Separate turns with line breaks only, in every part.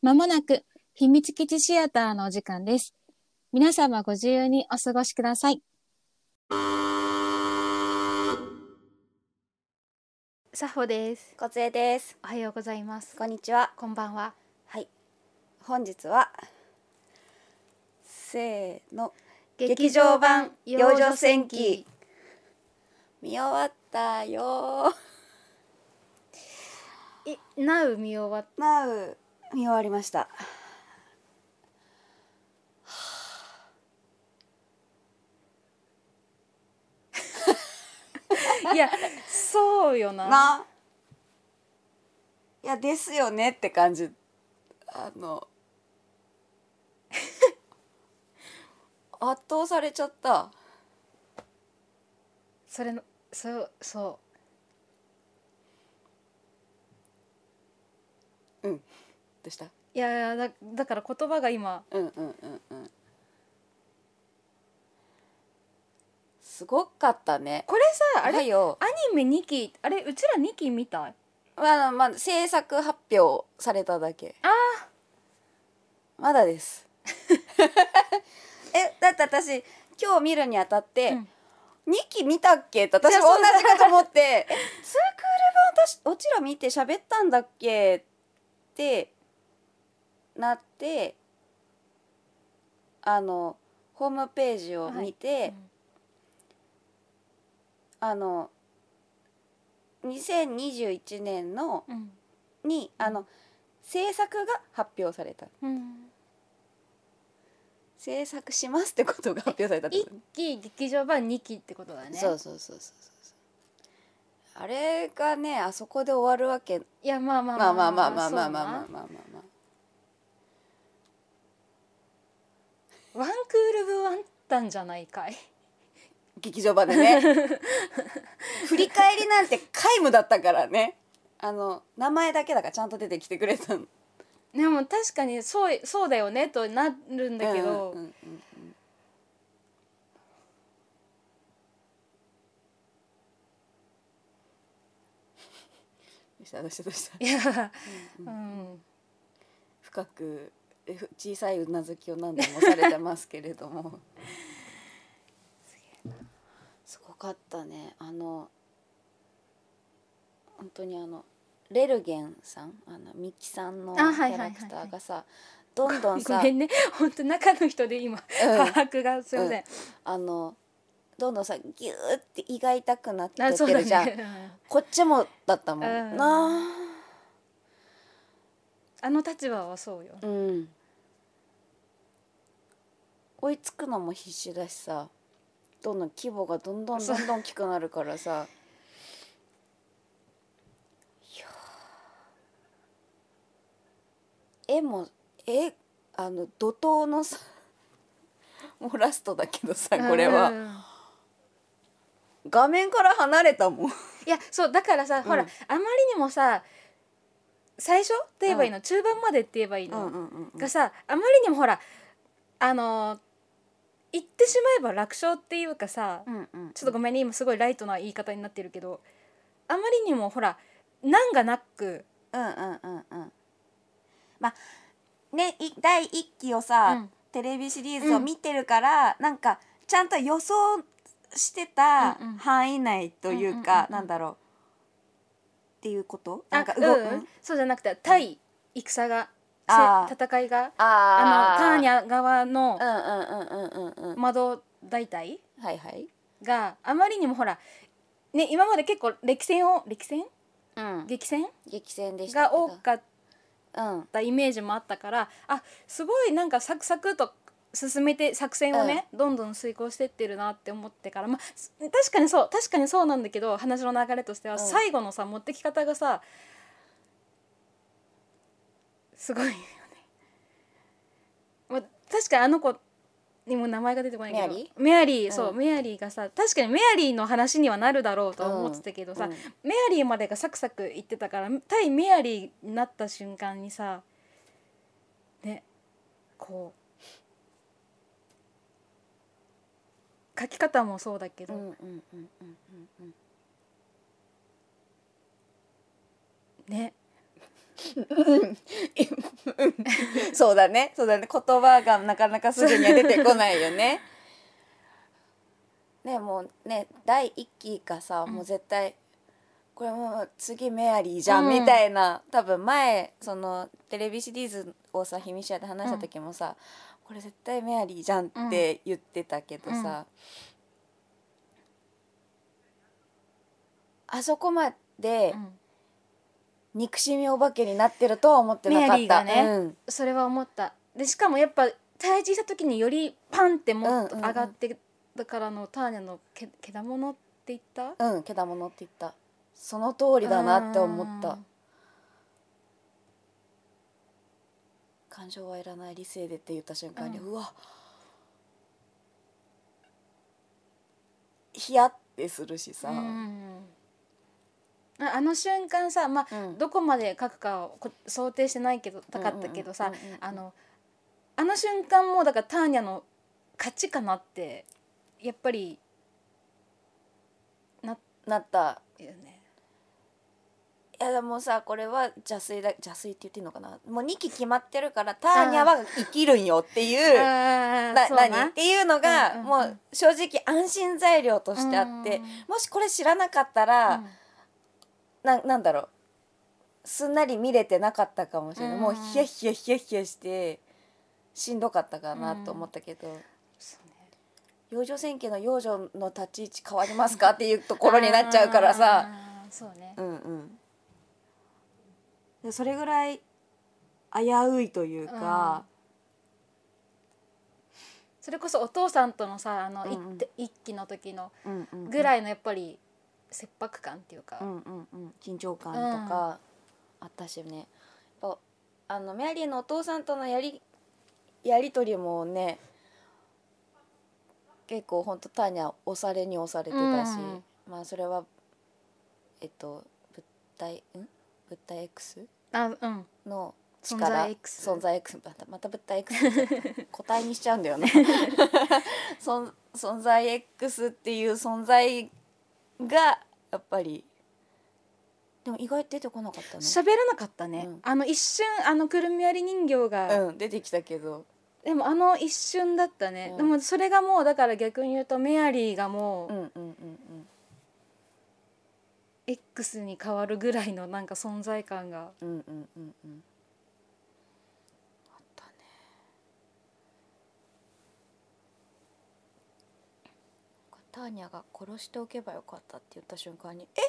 まもなく秘密基地シアターのお時間です。皆様ご自由にお過ごしください。
サホです。
こつえです。
おはようございます。
こんにちは。
こんばんは。
はい。本日は。せーの。劇場版養生戦記。見終わったよ
え、なう見終わっ
ー。なう。見終わりました。はあ
た。いや、そうよな。
な。いや、ですよねって感じ。あの。 圧倒されちゃった。
それの、そう、そ
どうした。
う。いや、だ、だから言葉が今、
うんうんうんうん。すごかったね。
これさ、あれ、
はよ。
アニメ二期、あれ、うちら二期見た。
まあまあ制作発表されただけ
あ
まだです えだって私今日見るにあたって、
うん
2期見たっけって私も同じかと思って「えツークール版私うちら見て喋ったんだっけ?」ってなってあのホームページを見て、
うん
あの2021年の
うん。
にあの制作が発表された
うん。
制作しますってことが発表されたって
一
ことね
期劇場版二期ってことだね。
そうそうそうそうそうあれがねあそこで終わるわけ
いや、まあまあ
まあまあまあまあまあまあまあまあ
そう
まあま
な
あ
ワンクール分あったんじゃないかい。
劇場版でね 振り返りなんて皆無だったからねあの名前だけだからちゃんと出てきてくれたん
でも確かにそうそうだよねとなるんだけど、
うんうんうんうんどうしたどうしたどうした
いや、うん、
深くえふ小さいうなずきを何度もされてますけれどもすごかったねあの本当にあのレルゲンさんあのミキさんのキ
あはいはいは
ャ
いはい
ラクターがさどんど ん
ご
さ、
めんね本当中の人で今、
うん
把握がすいません、
あのどんどんさギューって胃が痛くなって
あ
っ
そう
て
だ
るじゃん、
ね
こっちもだったもん、
うん
な
あの立場はそうよ
あうん追いつくのも必死だしさどんどん規模がどんどんどんどん大きくなるか らさいやー絵も絵あの怒涛のさ もうラストだけどさこれ
うん
は画面から離れたもん
いやそうだからさ、
ん
ほらあまりにもさ最初って言えばいいの、中盤までって言えばいいの、
ん
がさあまりにもほらあのー言ってしまえば楽勝っていうかさ、
うんうん
ちょっとごめんね今すごいライトな言い方になってるけどあまりにもほら難がなく
うんうんうんうんまあねい第一期をさ、
うん
テレビシリーズを見てるから、なんかちゃんと予想してた
うんうん
範囲内というか、
うんうんうんうん
なんだろうっていうこと
あ
なんか
う
動く、
ん、そうじゃなくて対戦がせ
あー
戦いが
あ
あのターニ
ャ
ャ側の
うんうんうんうんうんうん
窓大隊
はいはい
があまりにもほらね今まで結構歴戦を歴戦
うん
激戦
激戦でした
が多かっ
うん
たイメージもあったからあすごいなんかサクサクと進めて作戦をね、どんどん遂行してってるなって思ってからまあす確かにそう確かにそうなんだけど話の流れとしては、
ん
最後のさ持ってき方がさすごいよね。まあ、確かにあの子にも名前が出てこないけど
メアリ
メアリーそう、
うん
メアリーがさ確かにメアリーの話にはなるだろうとは思ってたけどさ、
うんうん
メアリーまでがサクサクいってたから対メアリーになった瞬間にさねこう書き方もそうだけ
う
ど、
んうんうんうんうんうん
ね
そうだねそうだね言葉がなかなかすぐには出てこないよ ね。ねもうね第一期がさ、
うん
もう絶対これもう次メアリーじゃん、
うん
みたいな多分前そのテレビシリーズをさ「秘密社」で話した時もさ、これ絶対メアリーじゃんって言ってたけどさ、あそこまで
うん
憎しみお化けになってるとは思ってなかった。
メアリーがね
うん
それは思ったでしかもやっぱ退治した時によりパンってもっと
うんうんうん
上がって、だからのターニャのけけだものって言った
うん、けだものって言った。その通りだなって思っ
う
た
ん。
感情はいらない理性でって言った瞬間に、
う
うわ。ヒヤってするしさ。
うんああの瞬間さ、まあ
うん
どこまで書くかをこ想定してないけど高かったけどさ、
うんうんうんうんうん
あのあの瞬間もだからターニャの勝ちかなってやっぱり
なった。
よね。
いやでもさこれは邪推だ邪推って言っていいのかなもう2期決まってるからターニャは生きるんよっていう
あー
な
そう
何っていうの
うん
が、
うんうん
もう正直安心材料としてあって、
うん
もしこれ知らなかったら、
うん
ななんだろうすんなり見れてなかったかもしれない、
うん
もうヒヤヒヤヒヤヒヤしてしんどかったかなと思ったけど、
そうね
幼女選挙の幼女の立ち位置変わりますかっていうところになっちゃうからさ、
あーそうね
うんうんで、それぐらい危ういというか、
それこそお父さんとのさあの、
うんうん
一手一期の時の
うんうんうん
ぐらいのやっぱり切迫感っていうか、
うんうんうん、緊張感とかあったしね、やっぱあのメアリーのお父さんとのやりやり取りもね結構ほんとターニャ押されに押されてたし、
うん
まあそれはえっと物体ん物体 X
あうん
の
存
力
在 X
存在 X またまた物体 X になっちゃった個体にしちゃうんだよね存存在 X っていう存在がやっぱりでも意外と出てこなかったね
喋らなかったね、
うん
あの一瞬あのくるみ割り人形が、
うん出てきたけど
でもあの一瞬だったね、
うん
でもそれがもうだから逆に言うとメアリーがも
う
うん
うんうん
X に変わるぐらいのなんか存在感 が
うんうんうんうんうんあったねターニャが殺しておけばよかったって言った瞬間にえ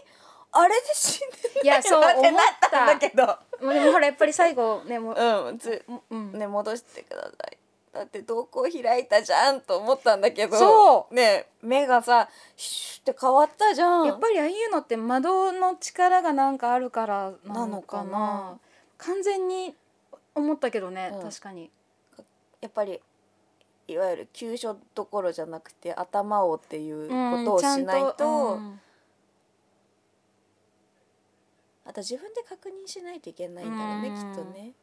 あれで死んでる
いやそう思っ
ってなったんだ
た
けど
もうでもほらやっぱり最後ねもう、
うん、つ
うん、
ね戻してくださいだって瞳孔開いたじゃんと思ったんだけど
そう
ね目がさシュッて変わったじゃん
やっぱりああいうのって窓の力がなんかあるからな
な
の
の
かな
かな
完全に思ったけどね、
うん
確かに
やっぱりいわゆる急所どころじゃなくて頭をっていう
うん
ことをしない
ちゃん
と、
うん
あと自分で確認しないといけないんだろうね、
うん
きっとね。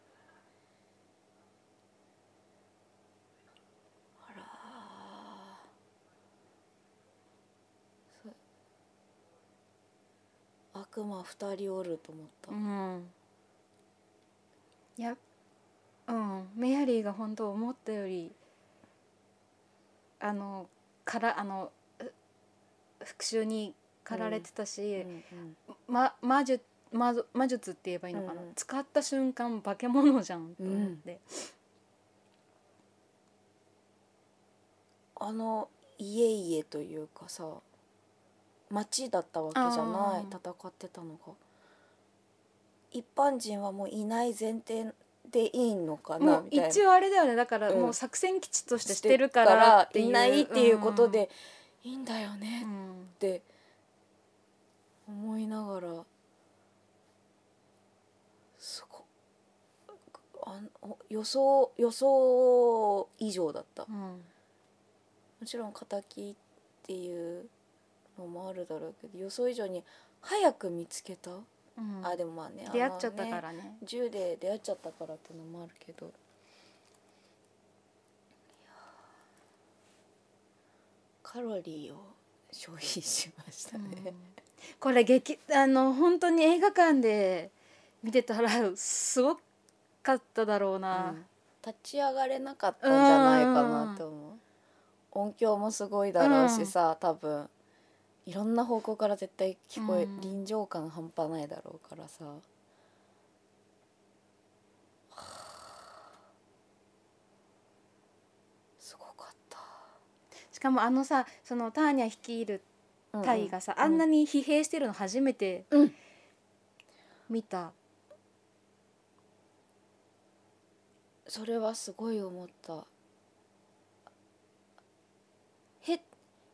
あらーそ悪魔二人おると思った。
うんいやうんメアリーが本当思ったよりあのからあのう復讐に駆られてたし、ま、魔術魔ぞ魔術って言えばいいのかな、
うんうん
使った瞬間化け物じゃんと思って、
あの家々というかさ町だったわけじゃない
あ
戦ってたのが一般人はもういない前提でいいのか
も
な
う
みたいな
一応あれだよねだから
うん
もう作戦基地としてしてるからっていう
いないっていうこと、で、いいんだよ
う
ね
ん
って思いながらすごあんお予想予想以上だった
う。ん
もちろん敵っていうのもあるだろうけど予想以上に早く見つけた、
うん
あでもまあね
出会っちゃった
あの
か
ね
らね
銃で出会っちゃったからっていうのもあるけどいやーカロリーを消費しましたね、
これ劇あの本当に映画館で見てたらすごかっただろうな、
うん立ち上がれなかったんじゃないかなって思う、音響もすごいだろうしさ、多分いろんな方向から絶対聞こえ、
うん
臨場感半端ないだろうからさすごかっ
しかもあのさそのターニャ率いる
た
タイがさ、あんなに疲弊してるの初めて
うん
見た、
それはすごい思ったへ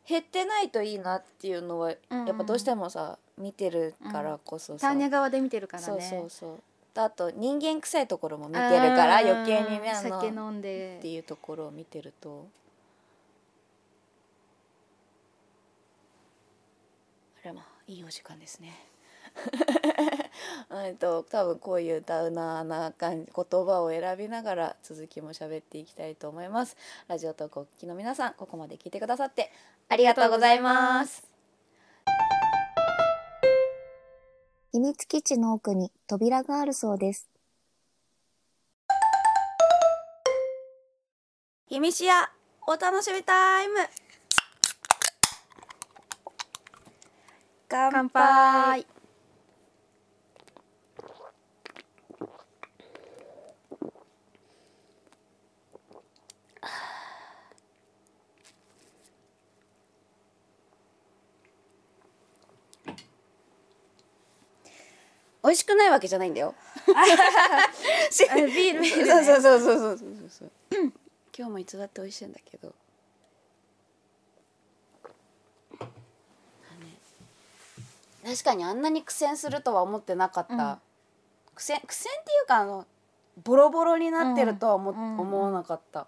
減ってないといいなっていうのはや
うんうん
っぱどうしてもさ見てるからこそ
タ
さ、
ーニャ側で見てるからね
そうそうそうあと人間臭いところも見てるから
うん
余計にねあの
酒飲ん
っ
で
ていうところを見てるとあれまあいいお時間ですね。 えっと多分こういうダウナーな感じ言葉を選びながら続きも喋っていきたいと思います。ラジオトークをお聞きの皆さんここまで聞いてくださってありがとうございます。
秘密基地の奥に扉があるそうです。
ひみしやお楽しみタイム。
乾杯
美味しくないわけじゃないんだよ。
あビールビール
そうそうそうそうそうそうそう。 今日もいつだって美味しいんだけど。だね確かにあんなに苦戦するとは思ってなかった。
うん
苦戦苦戦っていうかあのボロボロになってるとは思,、
うん
思わなかった。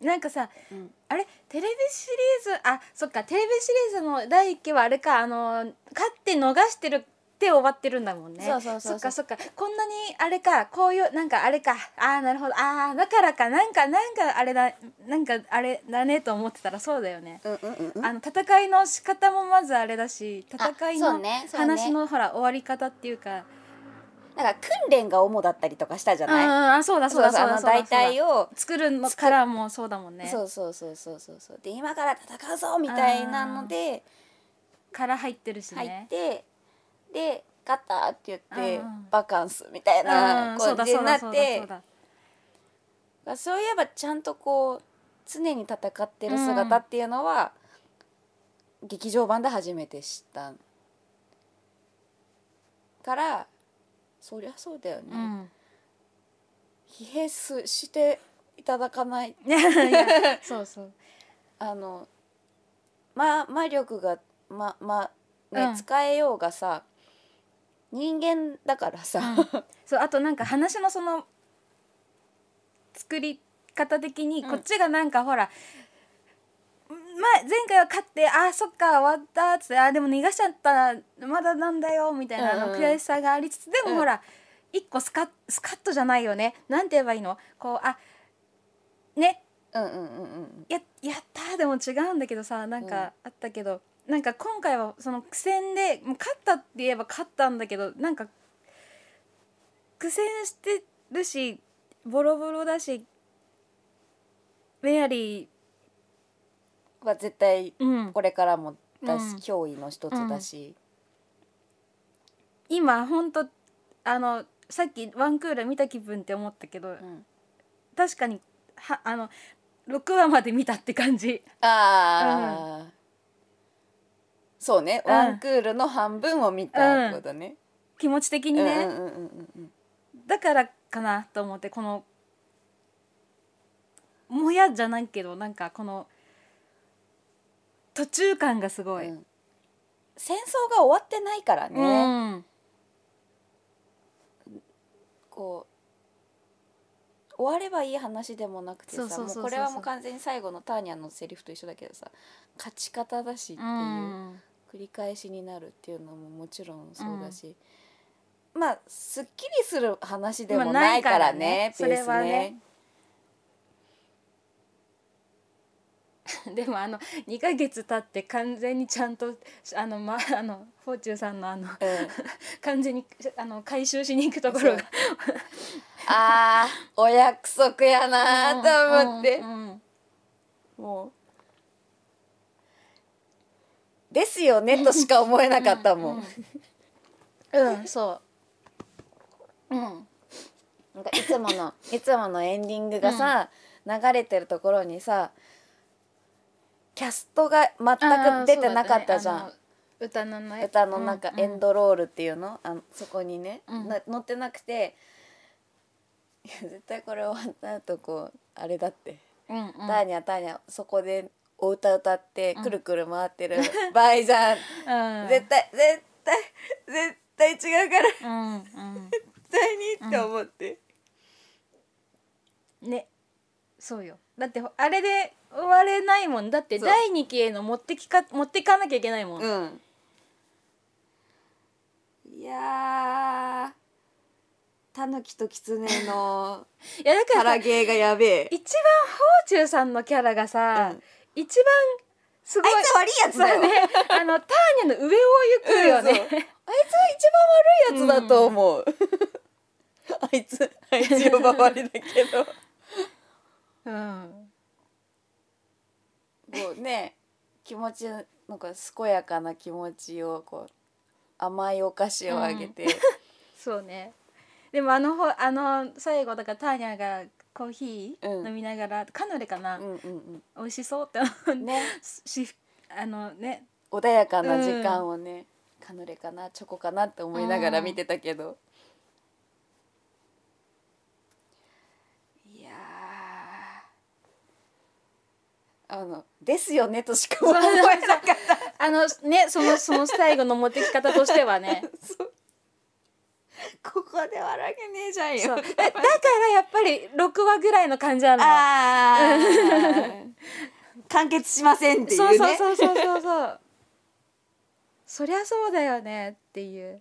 なんかさ
うん
あれテレビシリーズあそっかテレビシリーズの第1期はあれかあの勝って逃してるって終わってるんだもんね
そうそうそうそう
っかそっかこんなにあれかこういうなんかあれかあーなるほどあーだからかなんかなんかあれだなんかあれだねと思ってたらそうだよね、
うんうんうんうん。
あの戦いの仕方もまずあれだし戦い
あそう
の
ねそうね
話のほら終わり方っていうか
なんか訓練が主だったりとかしたじゃ
うんうん
ない。
あそうだそうだそう
あ
だ
の
そうだ
大体を。
作るのからもそうだもんね
そうそうそうそうそうそうで今から戦うぞみたいなので
から入ってるし
入っ
ね
て、で勝ったって言って、
うんうん
バカンスみたいな
そう
感
だ
じ
そう
にな
だ
って
そ
そう
うだそうだ
いえばちゃんとこう常に戦ってる姿っていうのは、劇場版で初めて知ったからそりゃそうだよね、
うん
疲弊すしていただかない
いやいやそうそう
あのま魔力がままね、
うん
使えようがさ人間だからさ、
そうあとなんか話のその作り方的に
うん
こっちがなんかほら、前前回は勝ってあーそっか終わったっつってあーでも逃がしちゃったまだなんだよみたいなあ
うん
の
うん
悔しさがありつつ、で
うん
もほら一個スカッスカッとじゃないよねなんて言えばいいのこうあね
うんうんうんうん
ややったーでも違うんだけどさなん
うん
かあったけど、なんか今回はその苦戦でもう勝ったって言えば勝ったんだけどなんか苦戦してるしボロボロだしメアリ
は絶対
ー、うん、
これからも出
うん
す脅威の一つだし、
今ほんとあのさっきワンクール見た気分って思ったけど、
うん
確かにはあの6話まで見たって感じ。
ああ、そうね、
うん
ワンクールの半分を見たってことね。
気持ち的
うん
に
うん
ね、
うんうんうん
だからかなと思ってこのもやじゃないけどなんかこの途中感がす
う
ごい。
ん。戦争が終わってないからね。
うん
こう終わればいい話でもなくて
そう
さ
そ
も
うそうそうそ
う
う
これはもう完全に最後のターニャのセリフと一緒だけどさ勝ち方だしって
う
いう、
ん
繰り返しになるっていうのももちろんそうだし、まあすっきりする話でも
まあ
な
ないい
か
からら
ね
ね、
ペース
それはねでもあの2ヶ月経って完全にちゃんとあのまあのフォーチューさんのあの
うん
完全にあの回収しに行くところが
あー お約束やなーと思って、
うんうん
もうですよねとしか思えなかったもん、
うん うんそううん
なんかいつも のいつものエンディングがさ、流れてるところにさキャストが全く出てなかったじゃん、
あーそうだねあの歌のね
歌のなんか
うんうん
エンドロールっていうの,、あのそこにね、
うん
な載ってなくていや絶対これ終わった後こうあれだって、
うんうん
ターニャターニャそこでお歌歌ってくるくる回ってる場合じゃん、
うん
絶対絶対絶対違うから絶
うんうん
対にって思って、
ねそうよだってあれで終われないもんだって
そう
第2期への持ってきか持ってかなきゃいけないもん、
うんいやータヌキとキツネ の
いやだか
からら
さ
ゲーが やべえ
一番ホーチューさんのキャラがさ、
うん
一番すごい
あいつ悪いやつだよ、
ねあのターニャの上を行くよ
うんそう
ね、
あいつは一番悪いやつだと思う、あいつあいつ呼ばわりだけ
うん
どこうね気持ちなんか健やかな気持ちをこう甘いお菓子をあげて、
そうねでもあのほあの最後だからターニャがコーヒ
うん
ー飲みながら、カヌレかな、
うんうん
美味しそうって思う
うんね
しあのね
穏やかな時間をね、カヌレかなチョコかなって思いながら見てたけど、いやーあの「ですよね」としか思えなかった
あのねそのその最後の持ってき方としてはね
そうここで笑けねえじゃん
そう
よ
えだからやっぱり6話ぐらいの感じなのよ
あ ー完結しませんっていう
そう
ね
そうそうそうそうそう そりゃそうだよねっていう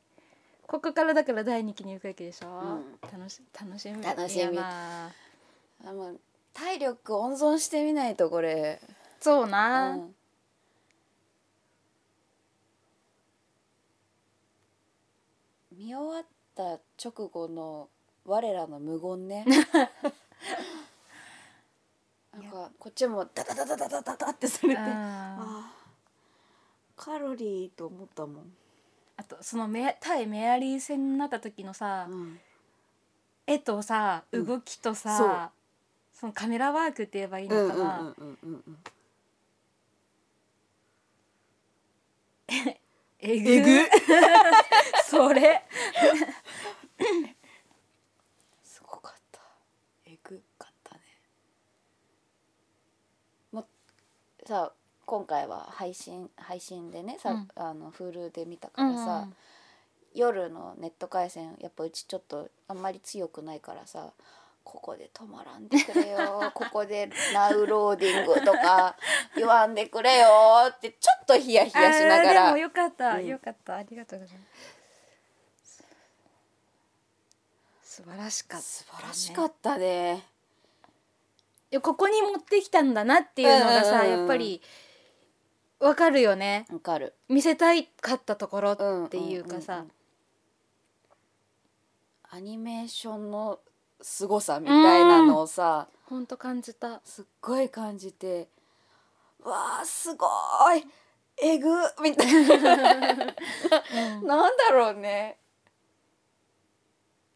ここからだから第2期に行くわけでしょ、
うん
楽し楽しみ
楽しみ
やな
あの体力温存してみないとこれ、
そう
う
な、
ん見終わった直後の我らの無言 ねなんかこっちもダダダダダダダダってされて
あ
あーカロリーと思ったもん、
あとそのメ対メアリー戦になった時のさ、絵とさ
うん
動きとさ、
そう
そのカメラワークって言えばいい
うん
のかな、
うんうんうん
え
えぐ
それ
すごかったえぐかったねもうさ今回は配信配信でねさ、
うん
あの Hulu で見たからさ、
うん
夜のネット回線やっぱうちちょっとあんまり強くないからさここで止まらんでく れよここでナウローディングとか言わんでくれよってちょっとヒヤヒヤしなが
あーで
ら
もよかった、
うん
よかったありがとうございます素晴らしかった、
素晴らしかったね。
いやここに持ってきたんだなっていうのがさ、
うんうんうん
やっぱりわかるよね
わかる
見せたいかったところっていうか
うんう
さ
んうんアニメーションの凄さみ
たい
たい
な
な
の
のをさ、
ほんと感じた
すっごい感じてわあすごーいえぐみたい ななんだろうね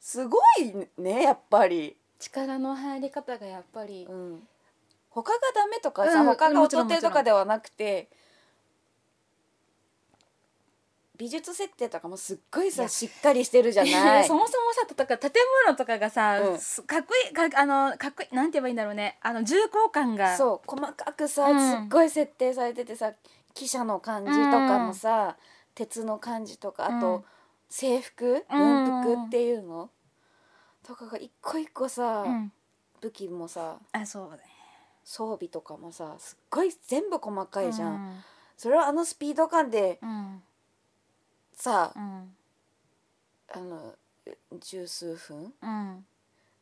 すごいねやっぱり、
力の入り方がやっぱり
うん、他がダメとかさ、
うん
他が
もちろ
劣
ん
ってるとかではなくて美術設定とかもすっごい
い
さ
や
しっかりしてるじゃない
そもそもさとか建物とかがさ、
うん
すかっこいいかあのかっこいいなんて言えばいいんだろうねあの重厚感が
そう細かくさ、
うん
すっごい設定されててさ汽車の感じとかもさ、鉄の感じとかあと、
うん
制服
うん
文服っていうの、とかが一個一個さ、
うん
武器もさ
あそうだね
装備とかもさすっごい全部細かいじゃん、
ん
それをあのスピード感で
うん
さ
う、ん
あの十数分
うん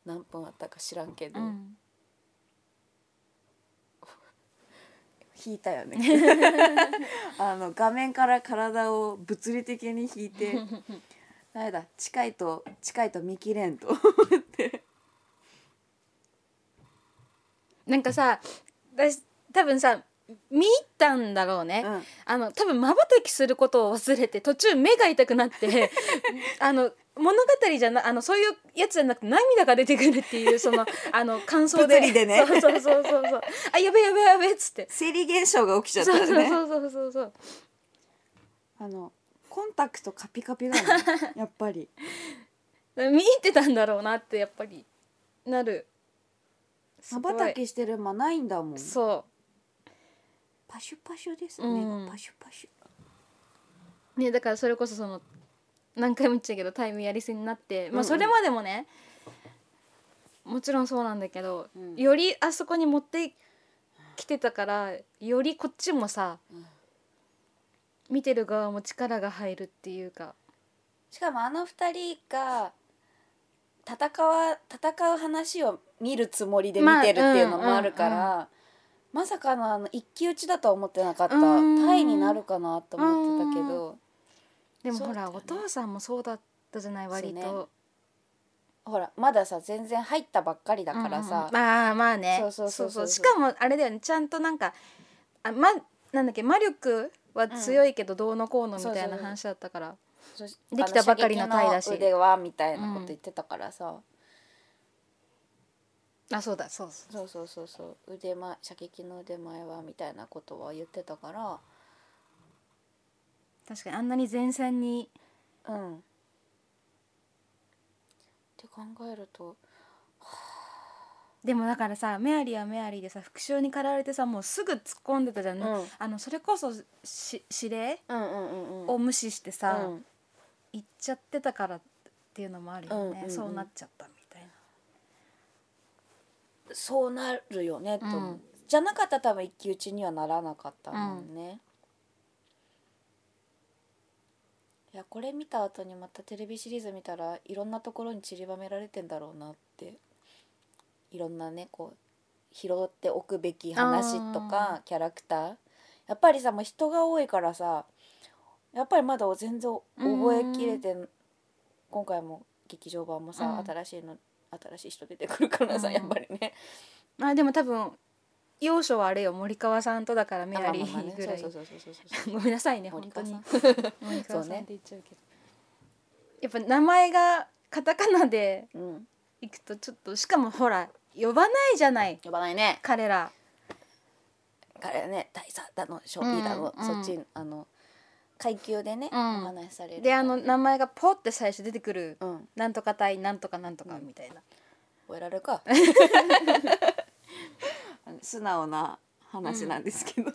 何分あったか知らんけど、
うん
引いたよね あの画面から体を物理的に引いて あれだ近いと近いと見切れ んと
なんかさ私多分さ見入ったんだろうね、
うん
あの多分まばたきすることを忘れて途中目が痛くなって あの物語じゃなあのそういうやつじゃなくて涙が出てくるっていう そのあの感想で
物理でね
そうそうそうそうそうあやべやべやべっつって
生理現象が起きちゃ
そう
った
そう
よね
そうそうそう
あのコンタクトカピ カピだねやっぱり
見入ってたんだろうなってやっぱりなるす
ま
ごい
ばたきしてる間ないんだもん
そ
パシュパシュです
うん
目がパシュパシ
うねだからそれこそその何回も言っちゃうけどタイムやりすぎになって、
うん
ま
う
あ、
ん
それまでもねもちろんそうなんだけど、
うん
よりあそこに持ってきてたからよりこっちもさ、
うん
見てる側も力が入るっていうか
ュしかもあの二人が戦わ戦う話を見るつもりで見てるっていうのもあるから、
まあ
まさかのあの一騎打ちだとは思ってなかった
うん
タイになるかなと思ってたけど
でも
そう
ほ
だ
ら、
よね
お父さんもそうだったじゃない割
そうね
と、
ほらまださ全然入ったばっかりだ
だ
からさ、
まあまあね
そうそうそうそう
しかもあれだよねちゃんとなんかあ、ま、なんだっけ魔力は強いけどどうのこうのみた
そう
い
そ
な
う
話だったから
そし
できたばかりの体だし
あの射撃の腕はみたいなこと言ってたからさ、
あそうだそうそう
そうそうそうそう腕前射撃の腕前はみたいなことは言ってたか
確かにあんなに前線に
らうんって考えると
でもだからさメアリーはメアリーでさ復讐に駆られてさもうすぐ突っ込んでたじゃん、
うん
あのそれこそし指令
うんうんうんうん
を無視してさ、
うん
行っちゃってたからっていうのもあるよね、
うんうんうん
そうなっちゃったみたいな
そうなるよねと思う、
うん
じゃなかったら多分一騎打ちにはならなかったもんね、いやこれ見た後にまたテレビシリーズ見たらいろんなところに散りばめられてんだろうなっていろんなねこう拾っておくべき話とかキャラクターやっぱりさもう人が多いからさやっぱりまだ全然覚えきれてん今回も劇場版もさ、
うん
新しいの新しい人出てくるからさ、
うん
やっぱりね
まあでも多分要所はあれよ森川さんとだからメアリ
あまあまあ
ー
ね
ぐらい
そうそうそうそうそう
ごめんなさいね
森
本
川
当
さ
に
ん
森川さん
そうね
って言っちゃうけどやっぱ名前がカタカナで
そう、うん、
いくとちょっとしかもほら呼ばないじゃない
呼ばないね
彼ら
彼はね大佐だのショーピーだの、
うん
そっちあの階級でね、
うん
お話しされる
であの名前がポって最初出てくる
うん
なんとか対なんとかなんとかみたいな
終えられるか あの素直な話なんですけど、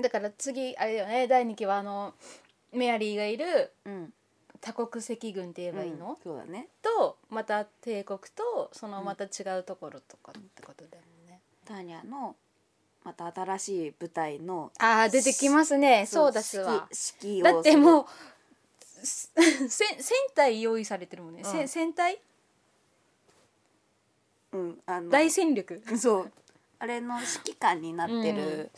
だから次あれだよね第2期はあのメアリーがいる
うん、
多国籍軍って言えばいいの、
そうだね
とまた帝国とそのまた違うところとかってことだよね、
ターニャのまた新しい舞台の
ああ出てきますね
そ
そううだすわ
指揮
だっても
う
うせ 戦隊用意されてるもんね、
うん
せ戦隊
うん、あの
大戦 力
そうあれの指揮官になってる、
うん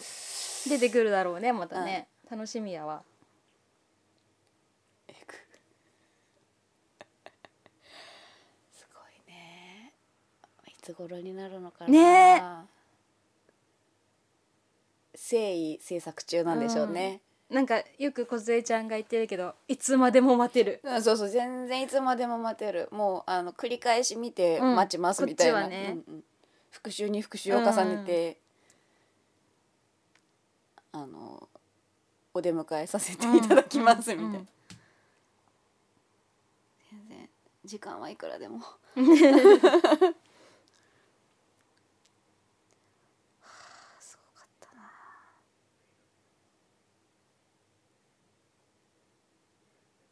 出てくるだろうねまたね、楽しみやわ
すごいねいつ頃になるのかな
ねえ
誠意制作中なんでしょうね、
なんかよく梢ちゃんが言ってるけどいつまでも待てる
うんそうそう全然いつまでも待てるもうあの繰り返し見て
うん
待ちますみたいな、
こっちはね
うんうん復習に復習を重ねて、あのお出迎えさせていただきますみたいな、
うんうん
全然時間はいくらでもすごかったな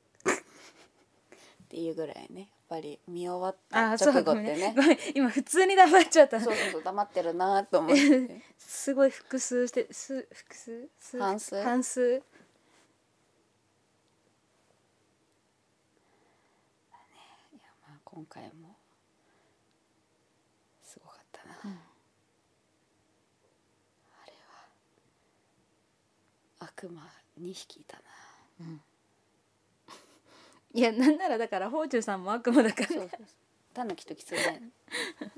っていうぐらいねやっぱり見終わ
ああ
った
そう
直後
ご
っ
め
て
ん
ね
ねごめん今普通に黙っちゃった
そうそうそう黙ってるなと思って
すごい複数してす複数数
半数
半数
まあ今回もすごかったな、クマ2匹いたな。
いやなんならだから宝珠さんも悪魔だか
そう
ら
そうそう。タヌキとキツネ。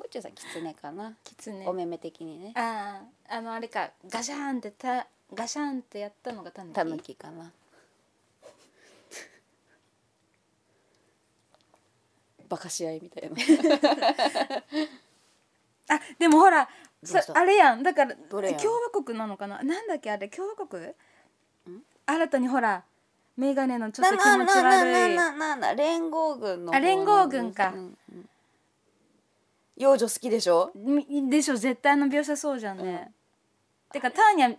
宇宙さんキツネかな。
きつね
お目目的にね。
あああのあれかガシャーンってたガシャーンってやったのがタヌキ
タヌキかな。バカし合いみたいな。
あでもほら
どう
さ
した
あれやんだから
どれやん
共和国なのかななんだっけあれ共和国新たにほらメガネのちょっと気持ち悪い
ななな連合軍の
あ連合軍か
んうん幼女好きでしょ
みでしょ絶対あの描写そうじゃんね、てかターニャ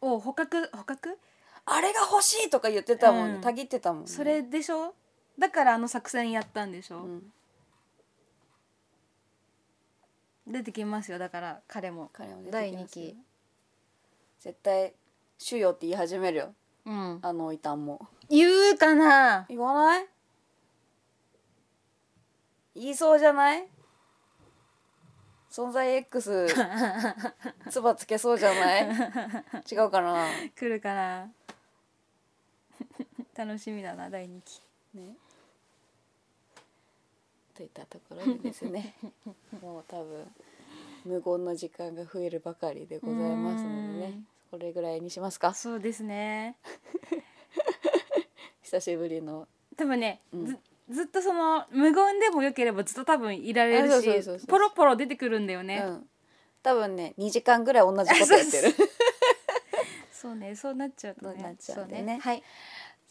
を捕獲捕獲
あれが欲しいとか言ってたもんね、
うん
たぎってたもんね
それでしょだからあの作戦やったんでし
う
ょ、
ん
出てきますよだから彼も
彼も出てきます
第
よ
2期
絶対主よって言い始めるよ
うん
あのおいたんも
言うかな
言わない言いそうじゃない存在 X つばつけそうじゃない違うかな
来るかな 楽しみだな第2期
ね。といったところでですね もう多分無言の時間が増えるばかりでございますので
うー
ね
ん
これぐらいにしますか
そうですね
久しぶりの
多分ね、
うん
ずずっとその無言でもよければずっと多分いられ
あそうそう
る
そうそ
し
う
ポロポロ出てくるんだよね、
うん、多分ね2時間ぐらい同じことやってる
そうねそうなっちゃうとね
そうなっちゃうんでね
そはい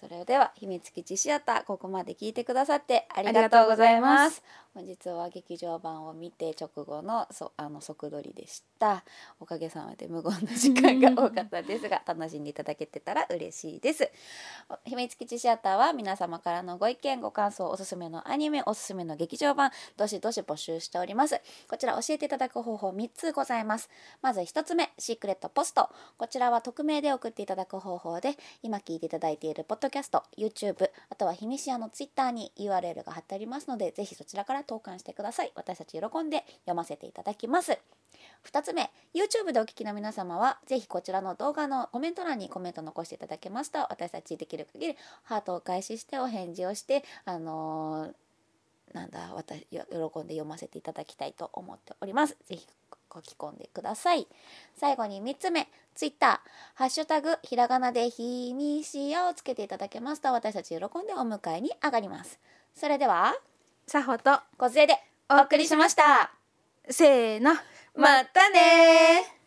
それでは秘密基地シアターここまで聞いてくださってありがとうございます本日は劇場版を見て直後のそあの即撮りでしたおかげさまで無言の時間が多かったですが楽しんでいただけてたら嬉しいです秘密基地シアターは皆様からのご意見ご感想おすすめのアニメおすすめの劇場版どしどし募集しておりますこちら教えていただく方法3つございますまず1つ目シークレットポストこちらは匿名で送っていただく方法で今聞いていただいているポッドキャスト YouTube あとはひみしやの Twitter に URL が貼ってありますのでぜひそちらから投函してください私たち喜んで読ませていただきます2つ目 YouTube でお聞きの皆様はぜひこちらの動画のコメント欄にコメント残していただけますと私たちできる限りハートを開始してお返事をしてあのーなんだ私よ喜んで読ませていただきたいと思っておりますぜひ書き込んでください最後に3つ目 Twitter「ハッシュタグひらがなでひみしや」をつけていただけますと私たち喜んでお迎えに上がりますそれでは
さほと
小杖でお送りしました
せーの
またねー